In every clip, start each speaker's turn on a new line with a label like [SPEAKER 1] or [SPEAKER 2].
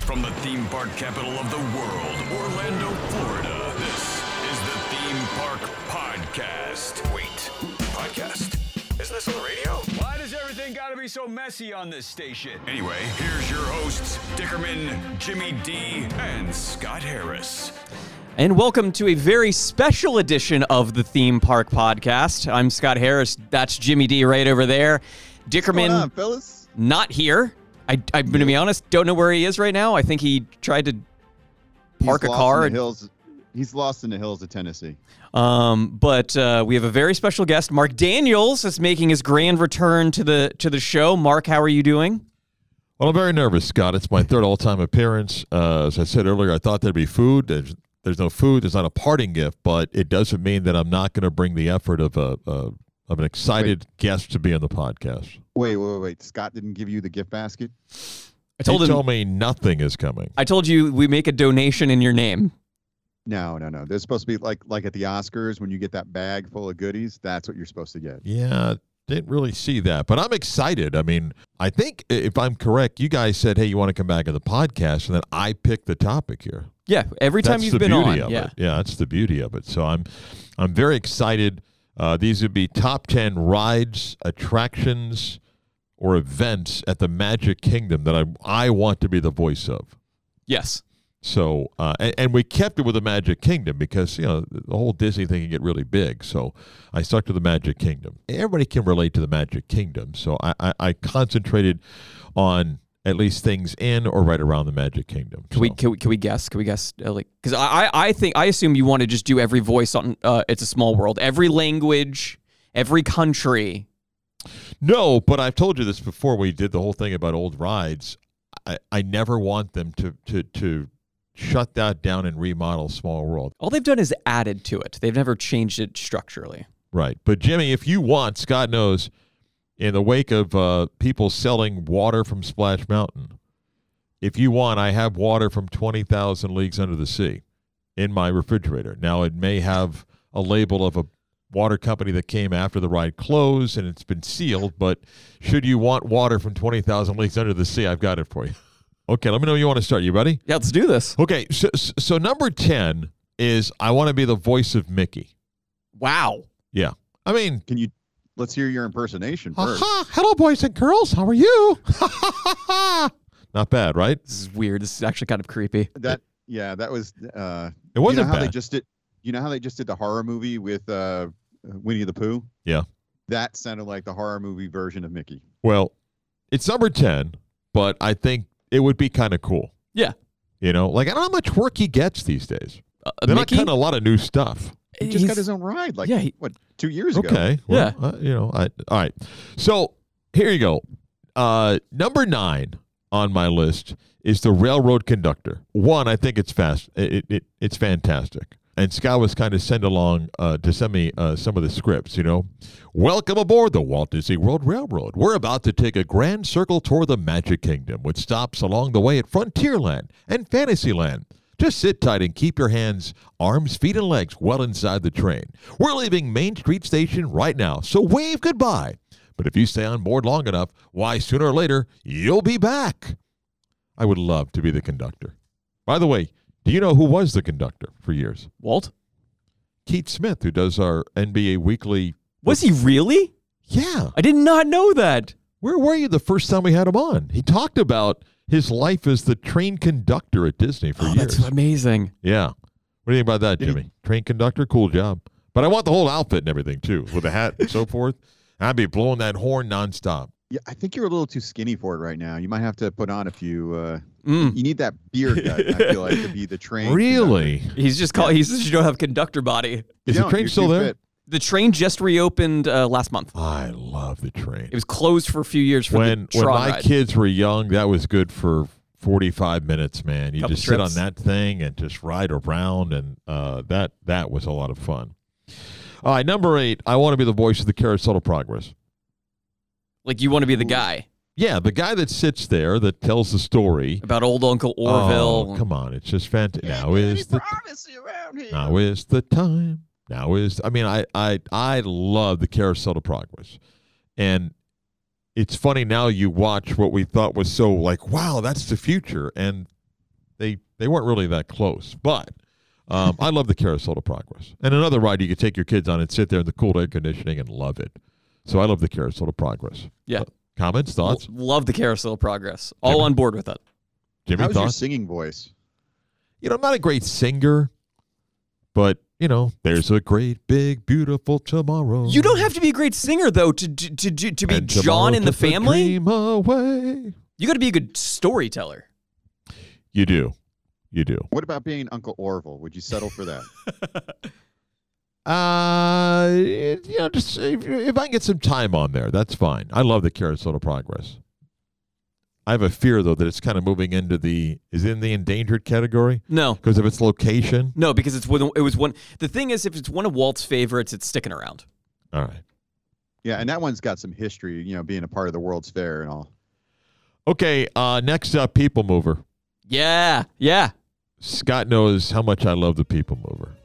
[SPEAKER 1] From the theme park capital of the world, Orlando, Florida, this is the Theme Park Podcast. Wait, podcast? Is this on the radio?
[SPEAKER 2] Why does everything gotta be so messy on this station?
[SPEAKER 1] Anyway, here's your hosts, Dickerman, Jimmy D, and Scott Harris.
[SPEAKER 3] And welcome to a very special edition of the Theme Park Podcast. I'm Scott Harris. That's Jimmy D right over there.
[SPEAKER 4] What's going on,
[SPEAKER 3] Dickerman,
[SPEAKER 4] fellas?
[SPEAKER 3] not here. I, I'm going to be honest, don't know where he is right now. I think he tried to park
[SPEAKER 4] He's
[SPEAKER 3] a
[SPEAKER 4] lost
[SPEAKER 3] car.
[SPEAKER 4] In the hills. He's lost in the hills of Tennessee.
[SPEAKER 3] Um, but uh, we have a very special guest. Mark Daniels is making his grand return to the to the show. Mark, how are you doing?
[SPEAKER 5] Well, I'm very nervous, Scott. It's my third all-time appearance. Uh, as I said earlier, I thought there'd be food. There's, there's no food. There's not a parting gift, but it doesn't mean that I'm not going to bring the effort of a, a of an excited guest to be on the podcast.
[SPEAKER 4] Wait, wait, wait, wait. Scott didn't give you the gift basket.
[SPEAKER 3] I told
[SPEAKER 5] he
[SPEAKER 3] him.
[SPEAKER 5] told me nothing is coming.
[SPEAKER 3] I told you we make a donation in your name.
[SPEAKER 4] No, no, no. There's supposed to be like like at the Oscars when you get that bag full of goodies. That's what you're supposed to get.
[SPEAKER 5] Yeah, didn't really see that, but I'm excited. I mean, I think i- if I'm correct, you guys said, "Hey, you want to come back on the podcast?" and then I picked the topic here.
[SPEAKER 3] Yeah, every time
[SPEAKER 5] that's
[SPEAKER 3] you've
[SPEAKER 5] the
[SPEAKER 3] been
[SPEAKER 5] beauty
[SPEAKER 3] on.
[SPEAKER 5] Of
[SPEAKER 3] yeah.
[SPEAKER 5] It. yeah, that's the beauty of it. So I'm, I'm very excited. Uh, these would be top ten rides, attractions, or events at the Magic Kingdom that I I want to be the voice of.
[SPEAKER 3] Yes.
[SPEAKER 5] So uh, and, and we kept it with the Magic Kingdom because you know the whole Disney thing can get really big. So I stuck to the Magic Kingdom. Everybody can relate to the Magic Kingdom. So I I, I concentrated on at least things in or right around the Magic Kingdom.
[SPEAKER 3] Can we,
[SPEAKER 5] So-
[SPEAKER 3] can we can we guess? Can we guess? Uh, like, because I, I I think I assume you want to just do every voice on. Uh, it's a small world. Every language, every country.
[SPEAKER 5] No, but I've told you this before. We did the whole thing about old rides. I, I never want them to, to to shut that down and remodel Small World.
[SPEAKER 3] All they've done is added to it. They've never changed it structurally.
[SPEAKER 5] Right. But Jimmy, if you want, Scott knows, in the wake of uh, people selling water from Splash Mountain, if you want, I have water from Twenty Thousand Leagues Under the Sea in my refrigerator. Now it may have a label of a water company that came after the ride closed and it's been sealed, but should you want water from Twenty Thousand Leagues Under the Sea, I've got it for you. Okay, let me know when you want to start. You ready?
[SPEAKER 3] Yeah, let's do this.
[SPEAKER 5] Okay, so so number ten is I want to be the voice of Mickey.
[SPEAKER 3] Wow.
[SPEAKER 5] Yeah, I mean
[SPEAKER 4] Can you? Let's hear your impersonation first.
[SPEAKER 5] Aha! Hello, boys and girls. How are you? Not bad, right?
[SPEAKER 3] This is weird. This is actually kind of creepy.
[SPEAKER 4] That yeah, that was. Uh,
[SPEAKER 5] It wasn't
[SPEAKER 4] you know how they
[SPEAKER 5] bad.
[SPEAKER 4] just did. You know how they just did the horror movie with uh, Winnie the Pooh.
[SPEAKER 5] Yeah.
[SPEAKER 4] That sounded like the horror movie version of Mickey.
[SPEAKER 5] well, it's number 10, but I think it would be kind of cool.
[SPEAKER 3] Yeah.
[SPEAKER 5] You know, like, I don't know how much work he gets these days.
[SPEAKER 3] Uh,
[SPEAKER 5] They're
[SPEAKER 3] Mickey.
[SPEAKER 5] not cutting a lot of new stuff.
[SPEAKER 4] He just got his own ride like
[SPEAKER 3] yeah, he-
[SPEAKER 4] what two years ago.
[SPEAKER 5] Okay. Well, uh, you know, I, all right. So here you go. Uh, number nine on my list is the railroad conductor. One, I think it's fast. It, it, it's fantastic. And Scott was kind of send along uh, to send me uh, some of the scripts. You know, welcome aboard the Walt Disney World Railroad. We're about to take a grand circle tour of the Magic Kingdom, with stops along the way at Frontierland and Fantasyland. Just sit tight and keep your hands, arms, feet, and legs well inside the train. We're leaving Main Street Station right now, so wave goodbye. But if you stay on board long enough, why, sooner or later, you'll be back. I would love to be the conductor. By the way, do you know who was the conductor for years?
[SPEAKER 3] Walt.
[SPEAKER 5] Keith Smith, who does our NBA weekly.
[SPEAKER 3] Was he really?
[SPEAKER 5] Yeah.
[SPEAKER 3] I did not know that.
[SPEAKER 5] Where were you the first time we had him on? He talked about his life as the train conductor at Disney for
[SPEAKER 3] Oh,
[SPEAKER 5] years.
[SPEAKER 3] that's amazing.
[SPEAKER 5] Yeah. What do you think about that,
[SPEAKER 4] Did he-
[SPEAKER 5] Jimmy? Train conductor, cool job. But I want the whole outfit and everything too, with a hat and so forth. I'd be blowing that horn nonstop.
[SPEAKER 4] Yeah, I think you're a little too skinny for it right now. You might have to put on a few. Uh,
[SPEAKER 3] Mm.
[SPEAKER 4] you need that beard gut. I feel like to be the train.
[SPEAKER 5] Really?
[SPEAKER 3] He's just called. He's just you don't have conductor body.
[SPEAKER 5] Is the train still there?
[SPEAKER 3] The train just reopened uh, last month.
[SPEAKER 5] I love the train.
[SPEAKER 3] It was closed for a few years for
[SPEAKER 5] when
[SPEAKER 3] the
[SPEAKER 5] when
[SPEAKER 3] Tron
[SPEAKER 5] my
[SPEAKER 3] ride.
[SPEAKER 5] kids were young, that was good for 45 minutes, man. You
[SPEAKER 3] Couple
[SPEAKER 5] just
[SPEAKER 3] trips.
[SPEAKER 5] sit on that thing and just ride around, and uh, that that was a lot of fun. All right, number eight. I want to be the voice of the Carousel of Progress.
[SPEAKER 3] like you want to be the guy
[SPEAKER 5] Yeah, the guy that sits there that tells the story.
[SPEAKER 3] about old Uncle Orville.
[SPEAKER 5] Oh, come on, it's just fantastic. Now is the now is the time. Now is I mean I I I love the carousel of progress, and it's funny now you watch what we thought was so like wow that's the future and they they weren't really that close. But um, I love the Carousel of Progress, and another ride you could take your kids on and sit there in the cool air conditioning and love it. So I love the Carousel of Progress.
[SPEAKER 3] Yeah.
[SPEAKER 5] Uh, comments,
[SPEAKER 3] L-
[SPEAKER 5] thoughts,
[SPEAKER 3] love the carousel of progress. All
[SPEAKER 5] Yeah.
[SPEAKER 3] on board with it.
[SPEAKER 5] Jimmy?
[SPEAKER 4] How's your
[SPEAKER 5] Thoughts?
[SPEAKER 4] singing voice?
[SPEAKER 5] you know, I'm not a great singer, but you know, there's a great big beautiful tomorrow.
[SPEAKER 3] You don't have to be a great singer though to to to, to, to be
[SPEAKER 5] Oh. And tomorrow
[SPEAKER 3] John in the
[SPEAKER 5] took
[SPEAKER 3] family.
[SPEAKER 5] dream away.
[SPEAKER 3] You got to be a good storyteller.
[SPEAKER 5] You do, you do.
[SPEAKER 4] What about being Uncle Orville? Would you settle for that?
[SPEAKER 5] Uh, it- you know, just if, if I can get some time on there, that's fine. I love the Carousel of Progress. I have a fear though that it's kind of moving into the is it in the endangered category
[SPEAKER 3] No.
[SPEAKER 5] because of its location.
[SPEAKER 3] No, because it's one, it was one. The thing is, if it's one of Walt's favorites, it's sticking around.
[SPEAKER 5] All right.
[SPEAKER 4] yeah, and that one's got some history, you know, being a part of the World's Fair and all.
[SPEAKER 5] Okay. Uh, next up, People Mover.
[SPEAKER 3] Yeah, yeah.
[SPEAKER 5] Scott knows how much I love the People Mover.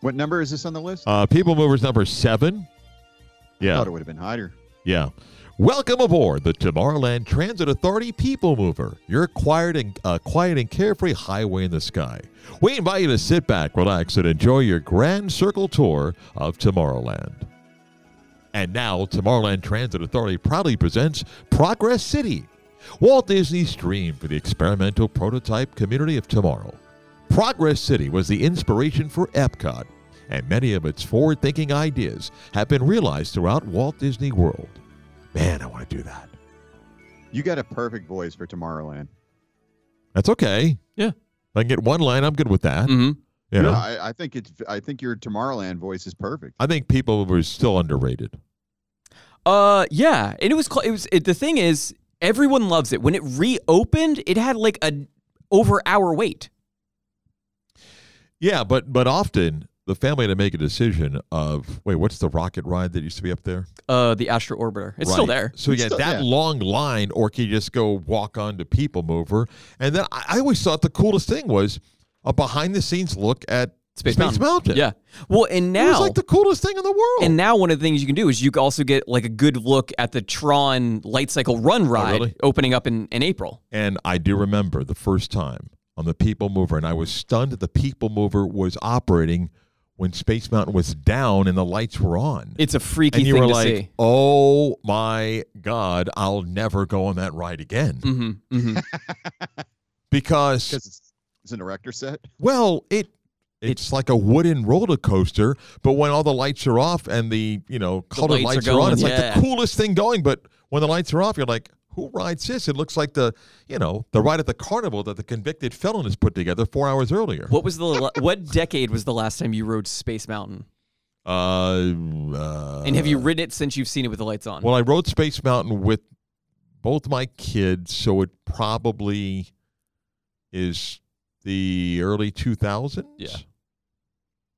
[SPEAKER 4] What number is this on the list?
[SPEAKER 5] Uh, People Mover's number seven.
[SPEAKER 4] I
[SPEAKER 5] Yeah.
[SPEAKER 4] thought it would have been higher.
[SPEAKER 5] Yeah. Welcome aboard the Tomorrowland Transit Authority People Mover, your quiet and, uh, quiet and carefree highway in the sky. We invite you to sit back, relax, and enjoy your grand circle tour of Tomorrowland. And now, Tomorrowland Transit Authority proudly presents Progress City, Walt Disney's dream for the experimental prototype community of tomorrow. Progress City was the inspiration for Epcot, and many of its forward thinking ideas have been realized throughout Walt Disney World. Man, I want to do that.
[SPEAKER 4] You got a perfect voice for Tomorrowland.
[SPEAKER 5] That's okay.
[SPEAKER 3] Yeah.
[SPEAKER 5] If I can get one line, I'm good with that.
[SPEAKER 3] hmm
[SPEAKER 5] You know?
[SPEAKER 4] I, I think it's. I think your Tomorrowland voice is perfect.
[SPEAKER 5] I think people were still underrated.
[SPEAKER 3] Uh, yeah. And it was cl- it was it, the thing is, everyone loves it. When it reopened, it had like a over hour wait.
[SPEAKER 5] Yeah, but but often the family had to make a decision of wait, what's the rocket ride that used to be up there?
[SPEAKER 3] Uh, the Astro Orbiter, it's still
[SPEAKER 5] Right.
[SPEAKER 3] there.
[SPEAKER 5] So
[SPEAKER 4] It's
[SPEAKER 5] yeah,
[SPEAKER 4] still-
[SPEAKER 5] that
[SPEAKER 4] yeah.
[SPEAKER 5] long line, or can you just go walk on to People Mover? And then I, I always thought the coolest thing was a behind the scenes look at Space, Mountain.
[SPEAKER 3] Yeah. Well, and
[SPEAKER 5] It was
[SPEAKER 3] now
[SPEAKER 5] like the coolest thing in the world.
[SPEAKER 3] and now one of the things you can do is you can also get like a good look at the Tron Light Cycle Run ride
[SPEAKER 5] Oh, really?
[SPEAKER 3] opening up in in April.
[SPEAKER 5] And I do remember the first time on the People Mover, and I was stunned that the People Mover was operating when Space Mountain was down and the lights were on.
[SPEAKER 3] It's a freaky
[SPEAKER 5] and you
[SPEAKER 3] thing
[SPEAKER 5] were
[SPEAKER 3] to
[SPEAKER 5] like,
[SPEAKER 3] see.
[SPEAKER 5] "Oh my God, I'll never go on that ride again."
[SPEAKER 3] hmm hmm
[SPEAKER 5] Because
[SPEAKER 4] Because it's, it's an erector set.
[SPEAKER 5] well, it it's like a wooden roller coaster, but when all the lights are off and the you know colored lights,
[SPEAKER 3] lights are
[SPEAKER 5] are, on,
[SPEAKER 3] going,
[SPEAKER 5] it's like
[SPEAKER 3] yeah.
[SPEAKER 5] the coolest thing going. But when the lights are off, you're like, "Who rides this?" It looks like the you know the ride at the carnival that the convicted felon has put together four hours earlier.
[SPEAKER 3] What was the la- what decade was the last time you rode Space Mountain?
[SPEAKER 5] Uh, uh,
[SPEAKER 3] And have you ridden it since you've seen it with the lights on?
[SPEAKER 5] Well, I rode Space Mountain with both my kids, so it probably is the early 2000s.
[SPEAKER 3] Yeah.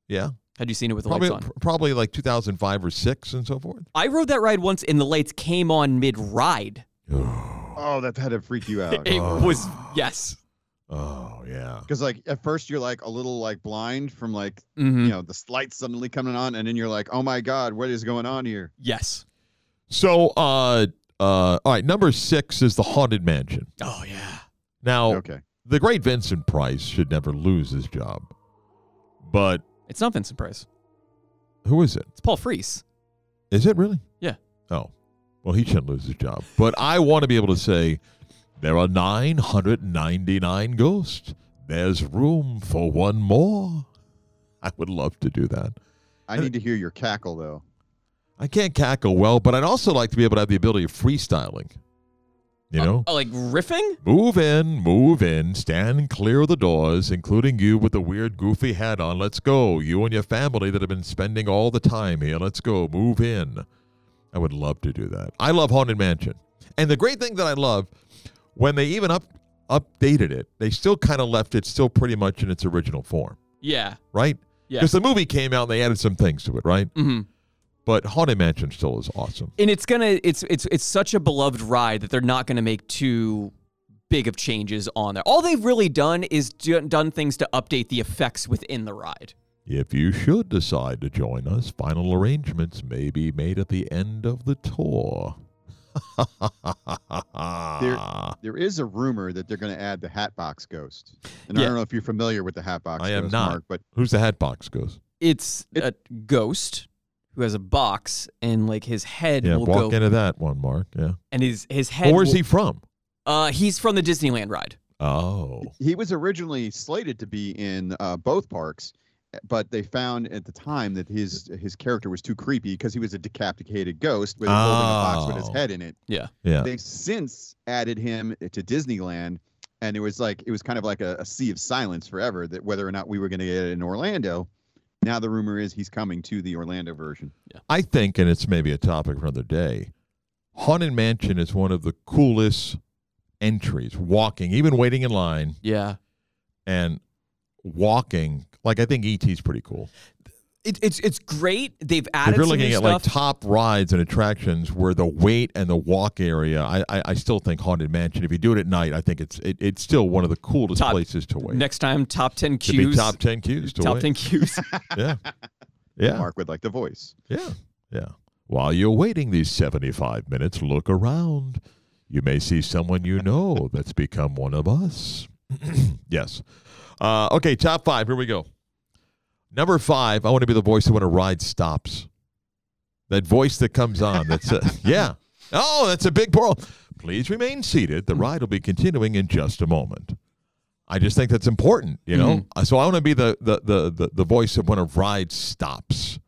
[SPEAKER 5] Yeah.
[SPEAKER 3] Had you seen it with the
[SPEAKER 5] Probably,
[SPEAKER 3] lights on?
[SPEAKER 5] pr- probably like 2005 or 6 and so forth.
[SPEAKER 3] I rode that ride once and the lights came on mid ride.
[SPEAKER 4] Oh, that had to freak you out.
[SPEAKER 3] It was yes.
[SPEAKER 5] Oh, yeah.
[SPEAKER 4] Because like at first you're like a little like blind from like
[SPEAKER 3] Mhm.
[SPEAKER 5] Hmm.
[SPEAKER 4] you know the lights suddenly coming on, and then you're like, oh my god, what is going on here?
[SPEAKER 3] Yes.
[SPEAKER 5] So, uh, uh, all right, number six is the Haunted Mansion.
[SPEAKER 3] Oh yeah.
[SPEAKER 5] Now,
[SPEAKER 4] Okay.
[SPEAKER 5] the great Vincent Price should never lose his job, but
[SPEAKER 3] It's not Vincent Price.
[SPEAKER 5] who is it?
[SPEAKER 3] It's Paul Frees.
[SPEAKER 5] Is it really?
[SPEAKER 3] Yeah.
[SPEAKER 5] Oh, well, he shouldn't lose his job. But I want to be able to say there are 999 ghosts. There's room for one more. I would love to do that.
[SPEAKER 4] I need to hear your cackle though.
[SPEAKER 5] I can't cackle well, but I'd also like to be able to have the ability of freestyling. You know?
[SPEAKER 3] Oh, like riffing?
[SPEAKER 5] Move in, move in, stand clear of the doors, including you with the weird goofy hat on. Let's go. You and your family that have been spending all the time here. Let's go. Move in. I would love to do that. I love Haunted Mansion. And the great thing that I love, when they even up updated it, they still kind of left it still pretty much in its original form,
[SPEAKER 3] Yeah.
[SPEAKER 5] right?
[SPEAKER 3] Yeah.
[SPEAKER 5] Because the movie came out and they added some things to it, right?
[SPEAKER 3] hmm
[SPEAKER 5] But Haunted Mansion still is awesome.
[SPEAKER 3] And it's gonna it's it's it's such a beloved ride that they're not gonna make too big of changes on there. All they've really done is do, done things to update the effects within the ride.
[SPEAKER 5] If you should decide to join us, final arrangements may be made at the end of the tour.
[SPEAKER 4] There is a rumor that they're going to add the Hatbox Ghost, and I
[SPEAKER 3] Yeah.
[SPEAKER 4] don't know if you're familiar with the Hatbox.
[SPEAKER 5] I am
[SPEAKER 4] Ghost,
[SPEAKER 5] not.
[SPEAKER 4] Mark, but
[SPEAKER 5] Who's the hat box goes?
[SPEAKER 3] It's a ghost who has a box and like his head
[SPEAKER 5] Yeah,
[SPEAKER 3] will
[SPEAKER 5] walk
[SPEAKER 3] go
[SPEAKER 5] into that one, Mark. Yeah.
[SPEAKER 3] and his his head
[SPEAKER 5] Well, where's
[SPEAKER 3] will-
[SPEAKER 5] he from?
[SPEAKER 3] Uh he's from the Disneyland ride.
[SPEAKER 5] Oh.
[SPEAKER 4] he was originally slated to be in uh, both parks, but they found at the time that his his character was too creepy because he was a decapitated ghost with holding a box with his
[SPEAKER 5] Oh.
[SPEAKER 4] head in it.
[SPEAKER 5] Yeah.
[SPEAKER 4] They've since added him to Disneyland, and it was like it was kind of like a, a sea of silence forever that whether or not we were going to get it in Orlando. Now the rumor is he's coming to the Orlando version.
[SPEAKER 5] I think, and it's maybe a topic for another day, Haunted Mansion is one of the coolest entries, walking, even waiting in line
[SPEAKER 3] Yeah.
[SPEAKER 5] and walking. Like, I think E.T.'s pretty cool.
[SPEAKER 3] It, it's it's great. They've added
[SPEAKER 5] If you're
[SPEAKER 3] some
[SPEAKER 5] looking
[SPEAKER 3] new
[SPEAKER 5] at like
[SPEAKER 3] stuff.
[SPEAKER 5] top rides and attractions where the wait and the walk area, I, I, I still think Haunted Mansion, if you do it at night, I think it's it, it's still one of the coolest
[SPEAKER 3] Top-
[SPEAKER 5] places to wait.
[SPEAKER 3] next time top 10
[SPEAKER 5] Should be
[SPEAKER 3] cues.
[SPEAKER 5] top 10 queues to
[SPEAKER 3] top
[SPEAKER 5] wait.
[SPEAKER 3] 10 cues.
[SPEAKER 5] Yeah. Yeah.
[SPEAKER 4] Mark would like the voice.
[SPEAKER 5] Yeah. Yeah. While you're waiting these 75 minutes, look around. You may see someone you know that's become one of us. yes. Uh, okay, top five. Here we go. Number five, I want to be the voice that when a ride stops. That voice that comes on that says, yeah. Oh, that's a big pearl. Please remain seated. The ride will be continuing in just a moment. I just think that's important, you know. Uh, So I want to be the the, the the the voice of when a ride stops.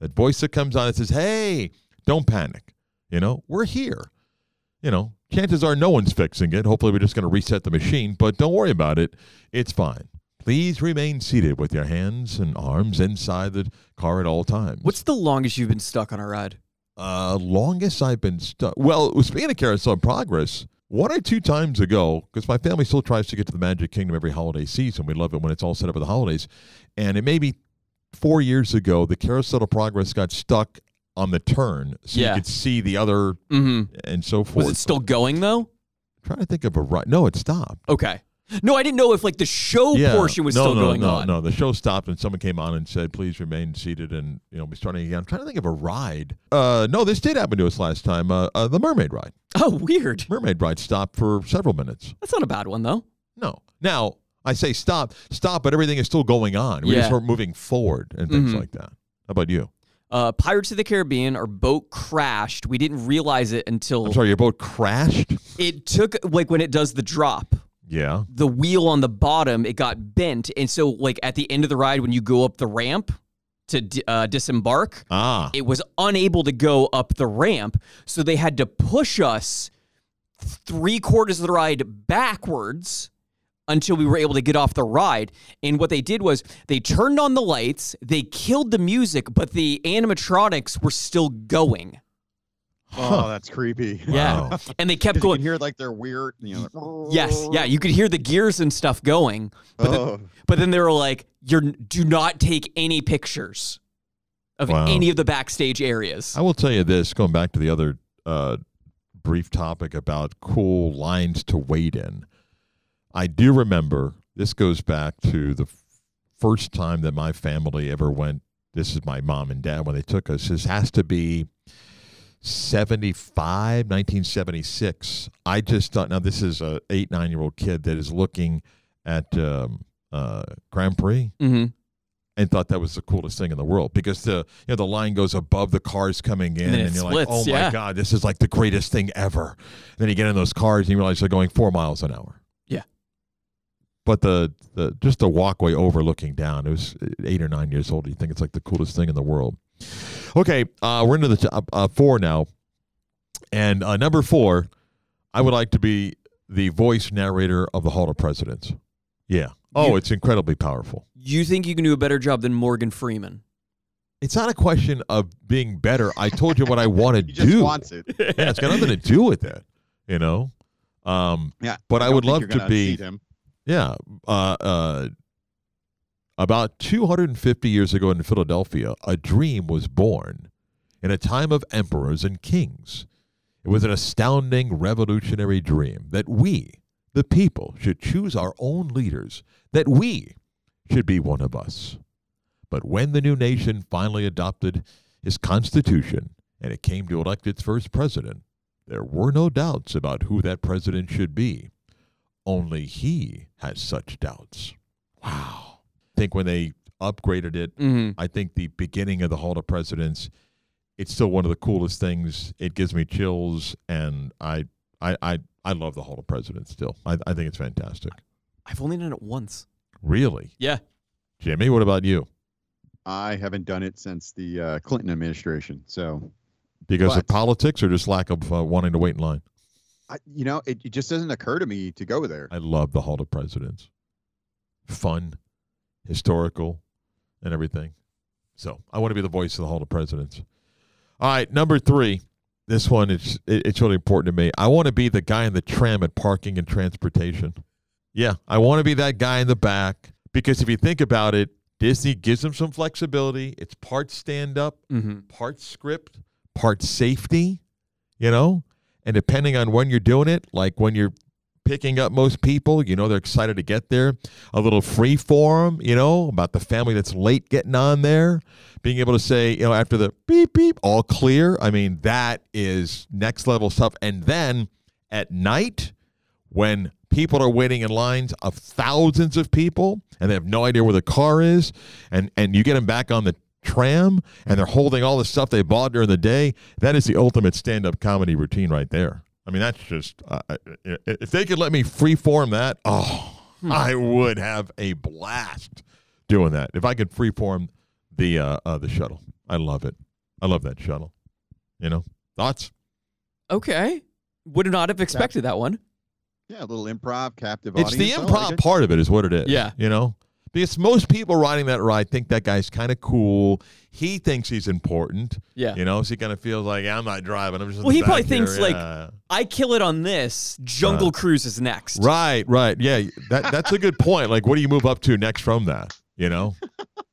[SPEAKER 5] That voice that comes on and says, "Hey, don't panic. You know, we're here. You know, chances are no one's fixing it. Hopefully, we're just going to reset the machine, but don't worry about it. It's fine. Please remain seated with your hands and arms inside the car at all times."
[SPEAKER 3] What's the longest you've been stuck on a ride?
[SPEAKER 5] Uh, longest I've been stuck. Well, speaking of Carousel in Progress, one or two times ago, because my family still tries to get to the Magic Kingdom every holiday season. We love it when it's all set up for the holidays. And it may be four years ago, the Carousel of Progress got stuck on the turn so
[SPEAKER 3] Yeah.
[SPEAKER 5] you could see the other
[SPEAKER 3] Mm-hmm.
[SPEAKER 5] and so forth.
[SPEAKER 3] Was it still going though?
[SPEAKER 5] I'm trying to think of a right. No, it stopped.
[SPEAKER 3] Okay. No, I didn't know if like the show
[SPEAKER 5] Yeah.
[SPEAKER 3] portion Oh, was
[SPEAKER 5] no,
[SPEAKER 3] still
[SPEAKER 5] no,
[SPEAKER 3] going
[SPEAKER 5] no,
[SPEAKER 3] on.
[SPEAKER 5] No, the show stopped and someone came on and said, "Please remain seated and you know be starting again." I'm trying to think of a ride. Uh, no, this did happen to us last time. Uh, uh, the Mermaid ride.
[SPEAKER 3] Oh, weird.
[SPEAKER 5] Mermaid ride stopped for several minutes.
[SPEAKER 3] That's not a bad one though.
[SPEAKER 5] No. Now, I say stop, stop, but everything is still going on. We just
[SPEAKER 3] Yeah.
[SPEAKER 5] are moving forward and things
[SPEAKER 3] Mhm.
[SPEAKER 5] like that. How about you?
[SPEAKER 3] Uh, Pirates of the Caribbean, our boat crashed. We didn't realize it until
[SPEAKER 5] I'm sorry, your boat crashed?
[SPEAKER 3] it took like when it does the drop.
[SPEAKER 5] Yeah.
[SPEAKER 3] The wheel on the bottom it got bent, and so like at the end of the ride when you go up the ramp to di- uh, disembark,
[SPEAKER 5] Ah.
[SPEAKER 3] it was unable to go up the ramp, so they had to push us three quarters of the ride backwards until we were able to get off the ride. And what they did was they turned on the lights, they killed the music, but the animatronics were still going.
[SPEAKER 4] Oh, that's creepy.
[SPEAKER 3] Yeah.
[SPEAKER 5] Wow.
[SPEAKER 3] And they kept
[SPEAKER 4] You can
[SPEAKER 3] going.
[SPEAKER 4] hear like they're weird. You know, like,
[SPEAKER 3] Yes, yeah, you could hear the gears and stuff going, but then-
[SPEAKER 4] Oh.
[SPEAKER 3] but then they were like, "You're do not take any pictures of
[SPEAKER 5] Wow.
[SPEAKER 3] any of the backstage areas."
[SPEAKER 5] I will tell you this, going back to the other uh, brief topic about cool lines to wait in. I do remember this goes back to the f- first time that my family ever went. This is my mom and dad when they took us. This has to be 75, 1976. I just thought, now this is a eight, nine year old kid that is looking at um, uh, Grand Prix
[SPEAKER 3] Mm-hmm.
[SPEAKER 5] and thought that was the coolest thing in the world because the you know the line goes above the cars coming in and,
[SPEAKER 3] And then it
[SPEAKER 5] you're
[SPEAKER 3] splits,
[SPEAKER 5] like oh my
[SPEAKER 3] yeah.
[SPEAKER 5] god this is like the greatest thing ever and then you get in those cars and you realize they're going four miles an hour
[SPEAKER 3] Yeah.
[SPEAKER 5] but the, the just the walkway over looking down it was eight or nine years old you think it's like the coolest thing in the world okay uh, we're into the top uh, four now and uh, number four I would like to be the voice narrator of the Hall of Presidents yeah oh
[SPEAKER 3] You-
[SPEAKER 5] it's incredibly powerful
[SPEAKER 3] You think you can do a better job than Morgan Freeman?
[SPEAKER 5] It's not a question of being better. I told you what I want to
[SPEAKER 4] He just
[SPEAKER 5] do.
[SPEAKER 4] wants it.
[SPEAKER 5] Yeah, it's got nothing to do with it, you know. Um,
[SPEAKER 4] Yeah.
[SPEAKER 5] But I
[SPEAKER 4] don't
[SPEAKER 5] would
[SPEAKER 4] think
[SPEAKER 5] love
[SPEAKER 4] you're
[SPEAKER 5] to
[SPEAKER 4] gonna
[SPEAKER 5] be-
[SPEAKER 4] unseat Him.
[SPEAKER 5] yeah, uh, uh, about 250 years ago in Philadelphia, a dream was born in a time of emperors and kings. It was an astounding revolutionary dream that we, the people, should choose our own leaders, that we should be one of us. But when the new nation finally adopted his constitution and it came to elect its first president, There were no doubts about who that president should be. Only he has such doubts. Wow. I think when they upgraded it,
[SPEAKER 3] Mm-hmm.
[SPEAKER 5] I think the beginning of the Hall of Presidents, it's still one of the coolest things. It gives me chills, and I, I, I, I love the Hall of Presidents still. I, I think it's fantastic.
[SPEAKER 3] I've only done it once.
[SPEAKER 5] Really,
[SPEAKER 3] Yeah.
[SPEAKER 5] Jimmy? What about you?
[SPEAKER 4] I haven't done it since the uh, Clinton administration. So,
[SPEAKER 5] Because of
[SPEAKER 4] What?
[SPEAKER 5] politics or just lack of uh, wanting to wait in line?
[SPEAKER 4] I, you know, it, it just doesn't occur to me to go there.
[SPEAKER 5] I love the Hall of Presidents. Fun, historical, and everything. So I want to be the voice of the Hall of Presidents. All right, number three. This one is it, it's really important to me. I want to be the guy in the tram at parking and transportation. Yeah, I want to be that guy in the back because if you think about it, Disney gives them some flexibility. It's part stand up,
[SPEAKER 3] Mm-hmm.
[SPEAKER 5] part script, part safety, you know? And depending on when you're doing it, like when you're picking up most people, you know, they're excited to get there. A little free form, you know, about the family that's late getting on there, being able to say, you know, after the beep, beep, all clear. I mean, that is next level stuff. And then at night, when people are waiting in lines of thousands of people and they have no idea where the car is and and you get them back on the tram and they're holding all the stuff they bought during the day that is the ultimate stand-up comedy routine right there i mean that's just uh, I- I- if they could let me freeform that oh i would have a blast doing that if i could freeform the uh, uh the shuttle i love it i love that shuttle you know thoughts
[SPEAKER 3] Okay. Would not have expected that one.
[SPEAKER 4] Yeah, a little improv, captive
[SPEAKER 5] It's the
[SPEAKER 4] audience. I
[SPEAKER 5] improv
[SPEAKER 4] like it.
[SPEAKER 5] part of it is what it is.
[SPEAKER 3] Yeah.
[SPEAKER 5] You know? Because most people riding that ride think that guy's kind of cool. He thinks he's important.
[SPEAKER 3] Yeah.
[SPEAKER 5] You know, so he kind of feels like I'm not driving. I'm just. in
[SPEAKER 3] Well,
[SPEAKER 5] the
[SPEAKER 3] he probably
[SPEAKER 5] back here."
[SPEAKER 3] thinks, like-
[SPEAKER 5] Yeah.
[SPEAKER 3] I kill it on this. Jungle Cruise is next.
[SPEAKER 5] Right, right, yeah. That that's a good point. Like, what do you move up to next from that? You know,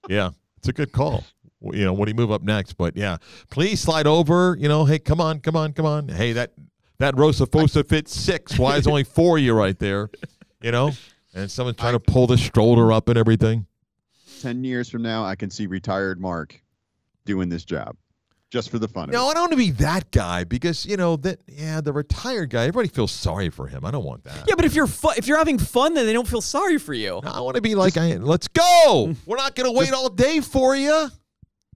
[SPEAKER 5] yeah, it's a good call. W- You know, what do you move up next? But yeah, please slide over. You know, hey, come on, come on, come on. Hey, that that row's supposed to fit six. Why is only four of you right there? You know, and someone's trying to pull the stroller up and everything.
[SPEAKER 4] Ten years from now, I can see retired Mark doing this job just for the fun of
[SPEAKER 5] No, I don't want to be that guy because you know that yeah, the retired guy. Everybody feels sorry for him. I don't want that.
[SPEAKER 3] Yeah, but if you're fu- if you're having fun, then they don't feel sorry for you.
[SPEAKER 5] No, I want to be like I. Let's go. We're not gonna wait all day for you.
[SPEAKER 4] it.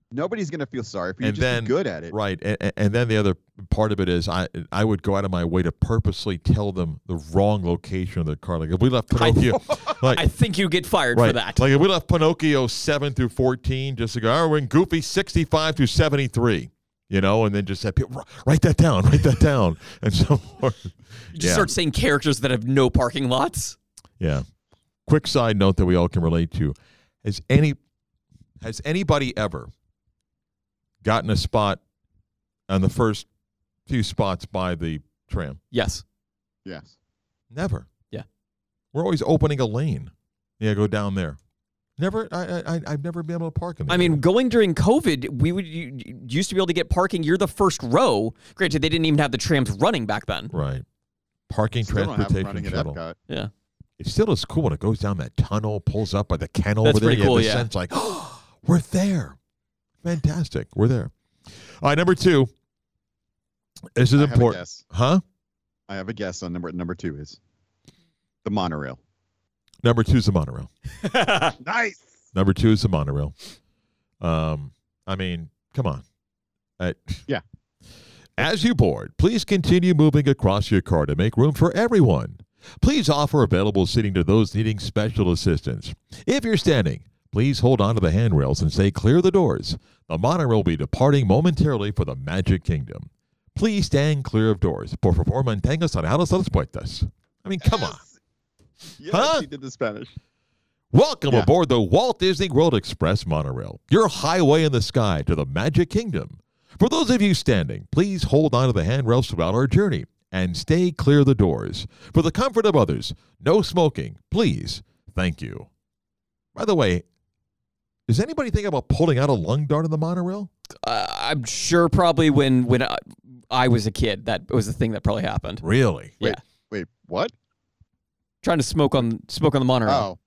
[SPEAKER 4] Nobody's gonna feel sorry for you.
[SPEAKER 5] And
[SPEAKER 4] just be
[SPEAKER 5] then-
[SPEAKER 4] good at it.
[SPEAKER 5] Right, and, and then the other part of it is I I would go out of my way to purposely tell them the wrong location of their car. Like if we left Pinocchio, like
[SPEAKER 3] I think you get fired
[SPEAKER 5] right,
[SPEAKER 3] for that.
[SPEAKER 5] like if we left Pinocchio seven through fourteen, just to go. Oh, we're in Goofy sixty five through seventy three. You know, and then just have people "Wri- write that down, write that down, and so forth.
[SPEAKER 3] you just
[SPEAKER 5] yeah.
[SPEAKER 3] start saying characters that have no parking lots.
[SPEAKER 5] Yeah. Quick side note that we all can relate to: Has any has anybody ever gotten a spot on the first few spots by the tram?
[SPEAKER 3] Yes.
[SPEAKER 4] Yes.
[SPEAKER 5] Never.
[SPEAKER 3] Yeah.
[SPEAKER 5] We're always opening a lane. Yeah, go down there. Never. I. I. I- I've never been able to park in.
[SPEAKER 3] I
[SPEAKER 5] there.
[SPEAKER 3] mean, going during COVID, we would you, you used to be able to get parking. You're the first row. Granted, they didn't even have the trams running back then.
[SPEAKER 5] right. Parking,
[SPEAKER 4] Still don't have 'em
[SPEAKER 5] transportation,
[SPEAKER 4] running at
[SPEAKER 5] shuttle.
[SPEAKER 4] Epcot.
[SPEAKER 3] Yeah.
[SPEAKER 5] It still is cool when it goes down that tunnel, pulls up by the kennel
[SPEAKER 3] That's
[SPEAKER 5] over there.
[SPEAKER 3] pretty
[SPEAKER 5] you have
[SPEAKER 3] cool,
[SPEAKER 5] the
[SPEAKER 3] yeah.
[SPEAKER 5] sense like, oh, we're there. Fantastic. We're there. All right, number two. This is
[SPEAKER 4] I have a
[SPEAKER 5] important.
[SPEAKER 4] guess.
[SPEAKER 5] Huh?
[SPEAKER 4] I have a guess on number number two is the monorail.
[SPEAKER 5] Number two is the monorail.
[SPEAKER 4] Nice.
[SPEAKER 5] Number two is the monorail. Um, I mean, come on. I-
[SPEAKER 4] Yeah.
[SPEAKER 5] As you board, please continue moving across your car to make room for everyone. Please offer available seating to those needing special assistance. If you're standing, please hold onto the handrails and stay clear of the doors. The monorail will be departing momentarily for the Magic Kingdom. Please stand clear of doors. Por favor, manténgase alejados de las puertas. I mean, come on.
[SPEAKER 4] Yes,
[SPEAKER 5] Huh?
[SPEAKER 4] he did the Spanish.
[SPEAKER 5] Welcome
[SPEAKER 4] Yeah.
[SPEAKER 5] aboard the Walt Disney World Express monorail, your highway in the sky to the Magic Kingdom. For those of you standing, please hold on to the handrails throughout our journey and stay clear of the doors. For the comfort of others, no smoking, please. Thank you. By the way, does anybody think about pulling out a lung dart in the monorail?
[SPEAKER 3] Uh, I'm sure probably when when I, I was a kid, that was the thing that probably happened.
[SPEAKER 5] Really?
[SPEAKER 3] Yeah,
[SPEAKER 4] Wait, what?
[SPEAKER 3] trying to smoke on smoke on the monorail.
[SPEAKER 4] Oh.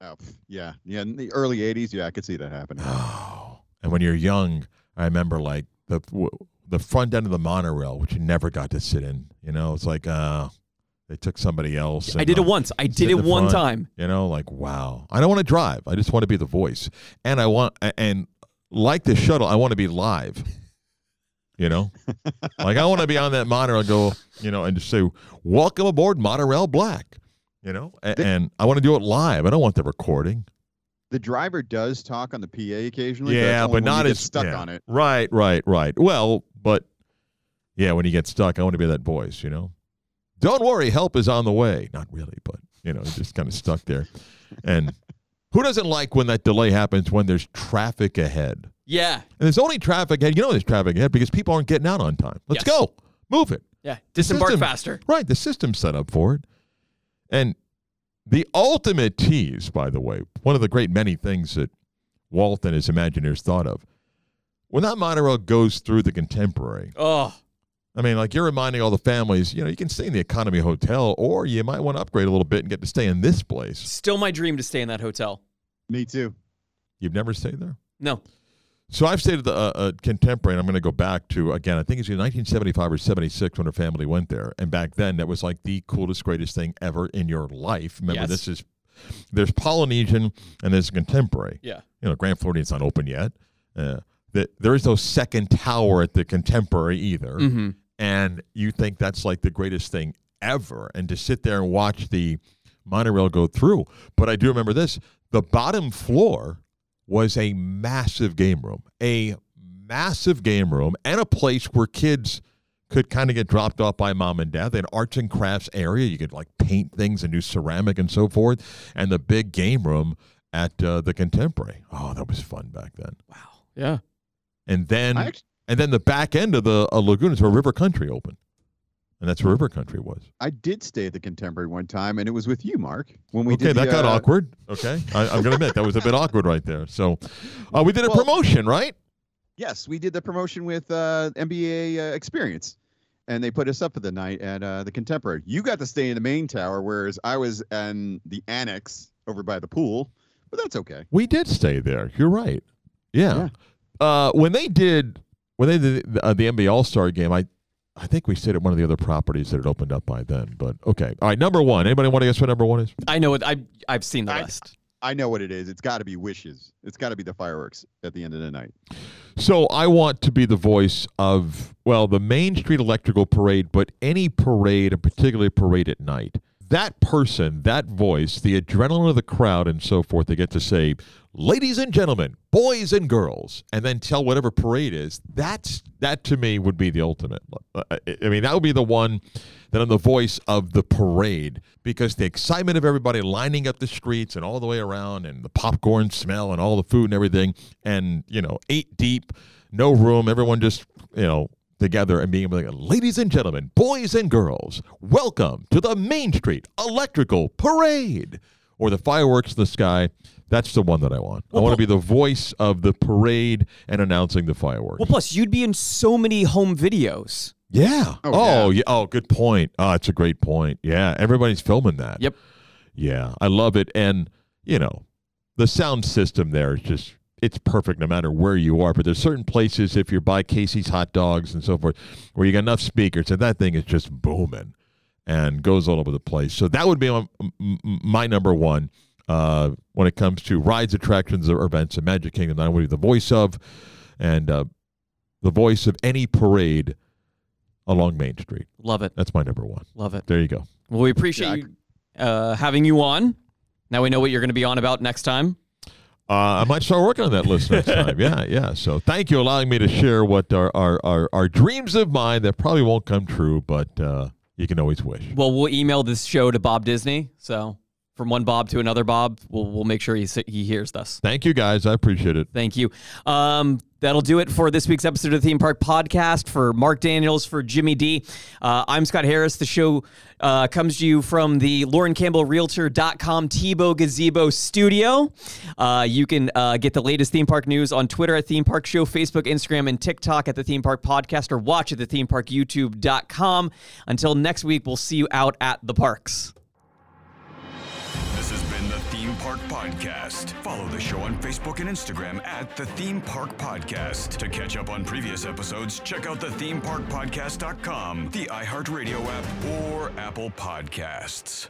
[SPEAKER 4] Oh, pff, yeah. Yeah, in the early 80s, yeah, I could see that happening.
[SPEAKER 5] Oh. And when you're young, I remember like the w- the front end of the monorail, which you never got to sit in. You know, it's like uh, they took somebody else.
[SPEAKER 3] I
[SPEAKER 5] and,
[SPEAKER 3] did
[SPEAKER 5] uh,
[SPEAKER 3] it once. I
[SPEAKER 5] sit
[SPEAKER 3] did
[SPEAKER 5] in
[SPEAKER 3] it
[SPEAKER 5] the
[SPEAKER 3] one
[SPEAKER 5] front.
[SPEAKER 3] time.
[SPEAKER 5] You know, like wow. I don't want to drive. I just want to be the voice, and I want and like the shuttle, I want to be live. You know, like I want to be on that monorail, and go you know, and just say welcome aboard monorail black. You know, A- and,
[SPEAKER 4] They-
[SPEAKER 5] I want to do it live. I don't want the recording.
[SPEAKER 4] The driver does talk on the PA occasionally.
[SPEAKER 5] yeah,
[SPEAKER 4] that's only
[SPEAKER 5] but
[SPEAKER 4] when you
[SPEAKER 5] not
[SPEAKER 4] get
[SPEAKER 5] as
[SPEAKER 4] stuck
[SPEAKER 5] yeah.
[SPEAKER 4] on it.
[SPEAKER 5] Right, right, right. Well, but yeah, when you get stuck, I want to be that voice. You know, don't worry, help is on the way. Not really, but you know, just kind of stuck there. And who doesn't like when that delay happens when there's traffic ahead?
[SPEAKER 3] Yeah.
[SPEAKER 5] And there's only traffic ahead. You know, there's traffic ahead because people aren't getting out on time. Let's
[SPEAKER 3] Yes.
[SPEAKER 5] go, move it.
[SPEAKER 3] Yeah.
[SPEAKER 5] The
[SPEAKER 3] Disembark
[SPEAKER 5] system-
[SPEAKER 3] faster.
[SPEAKER 5] Right, the system's set up for it. And the ultimate tease, by the way, one of the great many things that Walt and his Imagineers thought of. When that monorail goes through the contemporary,
[SPEAKER 3] Oh.
[SPEAKER 5] I mean, like you're reminding all the families, you know, you can stay in the economy hotel or you might want to upgrade a little bit and get to stay in this place.
[SPEAKER 3] Still my dream to stay in that hotel.
[SPEAKER 4] Me too.
[SPEAKER 5] You've never stayed there?
[SPEAKER 3] No.
[SPEAKER 5] So I've stayed at the uh, uh, Contemporary, and I'm going to go back to again. I think it's in 1975 or 76 when her family went there, and back then that was like the coolest, greatest thing ever in your life. Remember,
[SPEAKER 3] Yes.
[SPEAKER 5] this is there's Polynesian and there's Contemporary.
[SPEAKER 3] Yeah.
[SPEAKER 5] You know, Grand Floridian's not open yet. Uh, the, there is no second tower at the Contemporary either,
[SPEAKER 3] Mm-hmm.
[SPEAKER 5] and you think that's like the greatest thing ever, and to sit there and watch the monorail go through. But I do remember this: the bottom floor was a massive game room, a massive game room, and a place where kids could kind of get dropped off by mom and dad. They had an arts and crafts area. You could like paint things and do ceramic and so forth, and the big game room at uh, the Contemporary. Oh, that was fun back then.
[SPEAKER 3] Wow. Yeah.
[SPEAKER 5] And then
[SPEAKER 4] I actually,
[SPEAKER 5] and then the back end of the uh, lagoon is where River Country opened. And that's where River Country was.
[SPEAKER 4] I did stay at the Contemporary one time, and it was with you, Mark. When we
[SPEAKER 5] okay,
[SPEAKER 4] did
[SPEAKER 5] that
[SPEAKER 4] the,
[SPEAKER 5] got
[SPEAKER 4] uh,
[SPEAKER 5] awkward. Okay. I, I'm going to admit that was a bit awkward right there. So uh, we did a
[SPEAKER 4] Well-
[SPEAKER 5] promotion, right?
[SPEAKER 4] Yes, we did the promotion with uh, NBA uh, Experience, and they put us up for the night at uh, the Contemporary. You got to stay in the main tower, whereas I was in the annex over by the pool, but that's okay.
[SPEAKER 5] We did stay there. You're right. Yeah. Uh, when they did when they did the, uh, the NBA All Star game, I I think we stayed at one of the other properties that had opened up by then. But okay. All right. Number one. Anybody want to guess what number one is?
[SPEAKER 3] I know it. I I've seen the
[SPEAKER 4] I-
[SPEAKER 3] list.
[SPEAKER 4] I know what it is. It's got to be wishes. It's got to be the fireworks at the end of the night.
[SPEAKER 5] So I want to be the voice of well, the Main Street Electrical Parade, but any parade, and particularly a parade at night. That person, that voice, the adrenaline of the crowd, and so forth. They get to say, "Ladies and gentlemen, boys and girls," and then tell whatever parade is. That's that to me would be the ultimate. Uh, I I mean, that would be the one that I'm the voice of the parade because the excitement of everybody lining up the streets and all the way around and the popcorn smell and all the food and everything and you know eight deep no room everyone just you know together and being able to go, ladies and gentlemen boys and girls welcome to the main street electrical parade or the fireworks in the sky that's the one that i want i want to be the voice of the parade and announcing the fireworks
[SPEAKER 3] Well, plus you'd be in so many home videos.
[SPEAKER 5] yeah.
[SPEAKER 4] Oh,
[SPEAKER 5] Oh, yeah. Oh, good point. Oh, it's a great point. Yeah. Everybody's filming that.
[SPEAKER 3] Yep.
[SPEAKER 5] Yeah. I love it. And, you know, the sound system there is just, it's perfect no matter where you are. But there's certain places, if you're by Casey's Hot Dogs and so forth, where you got enough speakers and that thing is just booming and goes all over the place. So that would be my, m- m- my number one uh, when it comes to rides, attractions, or events in Magic Kingdom. I would be the voice of and uh, the voice of any parade along Main Street.
[SPEAKER 3] Love it.
[SPEAKER 5] That's my number one.
[SPEAKER 3] Love it.
[SPEAKER 5] There you go.
[SPEAKER 3] Well, we appreciate
[SPEAKER 4] Jack.
[SPEAKER 3] you uh, having you on. Now we know what you're going to be on about next time.
[SPEAKER 5] Uh, I might start working on that list next time. Yeah, yeah. So thank you allowing me to share what are our, our, our dreams of mine that probably won't come true, but uh, you can always wish.
[SPEAKER 3] Well, we'll email this show to Bob Disney. So from one Bob to another Bob, we'll we'll make sure he s- he hears this.
[SPEAKER 5] Thank you guys. I appreciate it.
[SPEAKER 3] Thank you. Um, that'll do it for this week's episode of the Theme Park Podcast. For Mark Daniels, for Jimmy D, uh, I'm Scott Harris. The show uh, comes to you from the Lauren Campbell Realtor.com Tebow Gazebo studio. Uh, you can uh, get the latest theme park news on Twitter at Theme Park Show, Facebook, Instagram, and TikTok at the Theme Park Podcast, or watch at the Theme Park YouTube.com. Until next week, we'll see you out at the parks.
[SPEAKER 1] This has been the Theme Theme Park Podcast. Follow the show on Facebook and Instagram at The Theme Park Podcast. To catch up on previous episodes, check out the themeparkpodcast.com, the iHeartRadio app, or Apple Podcasts.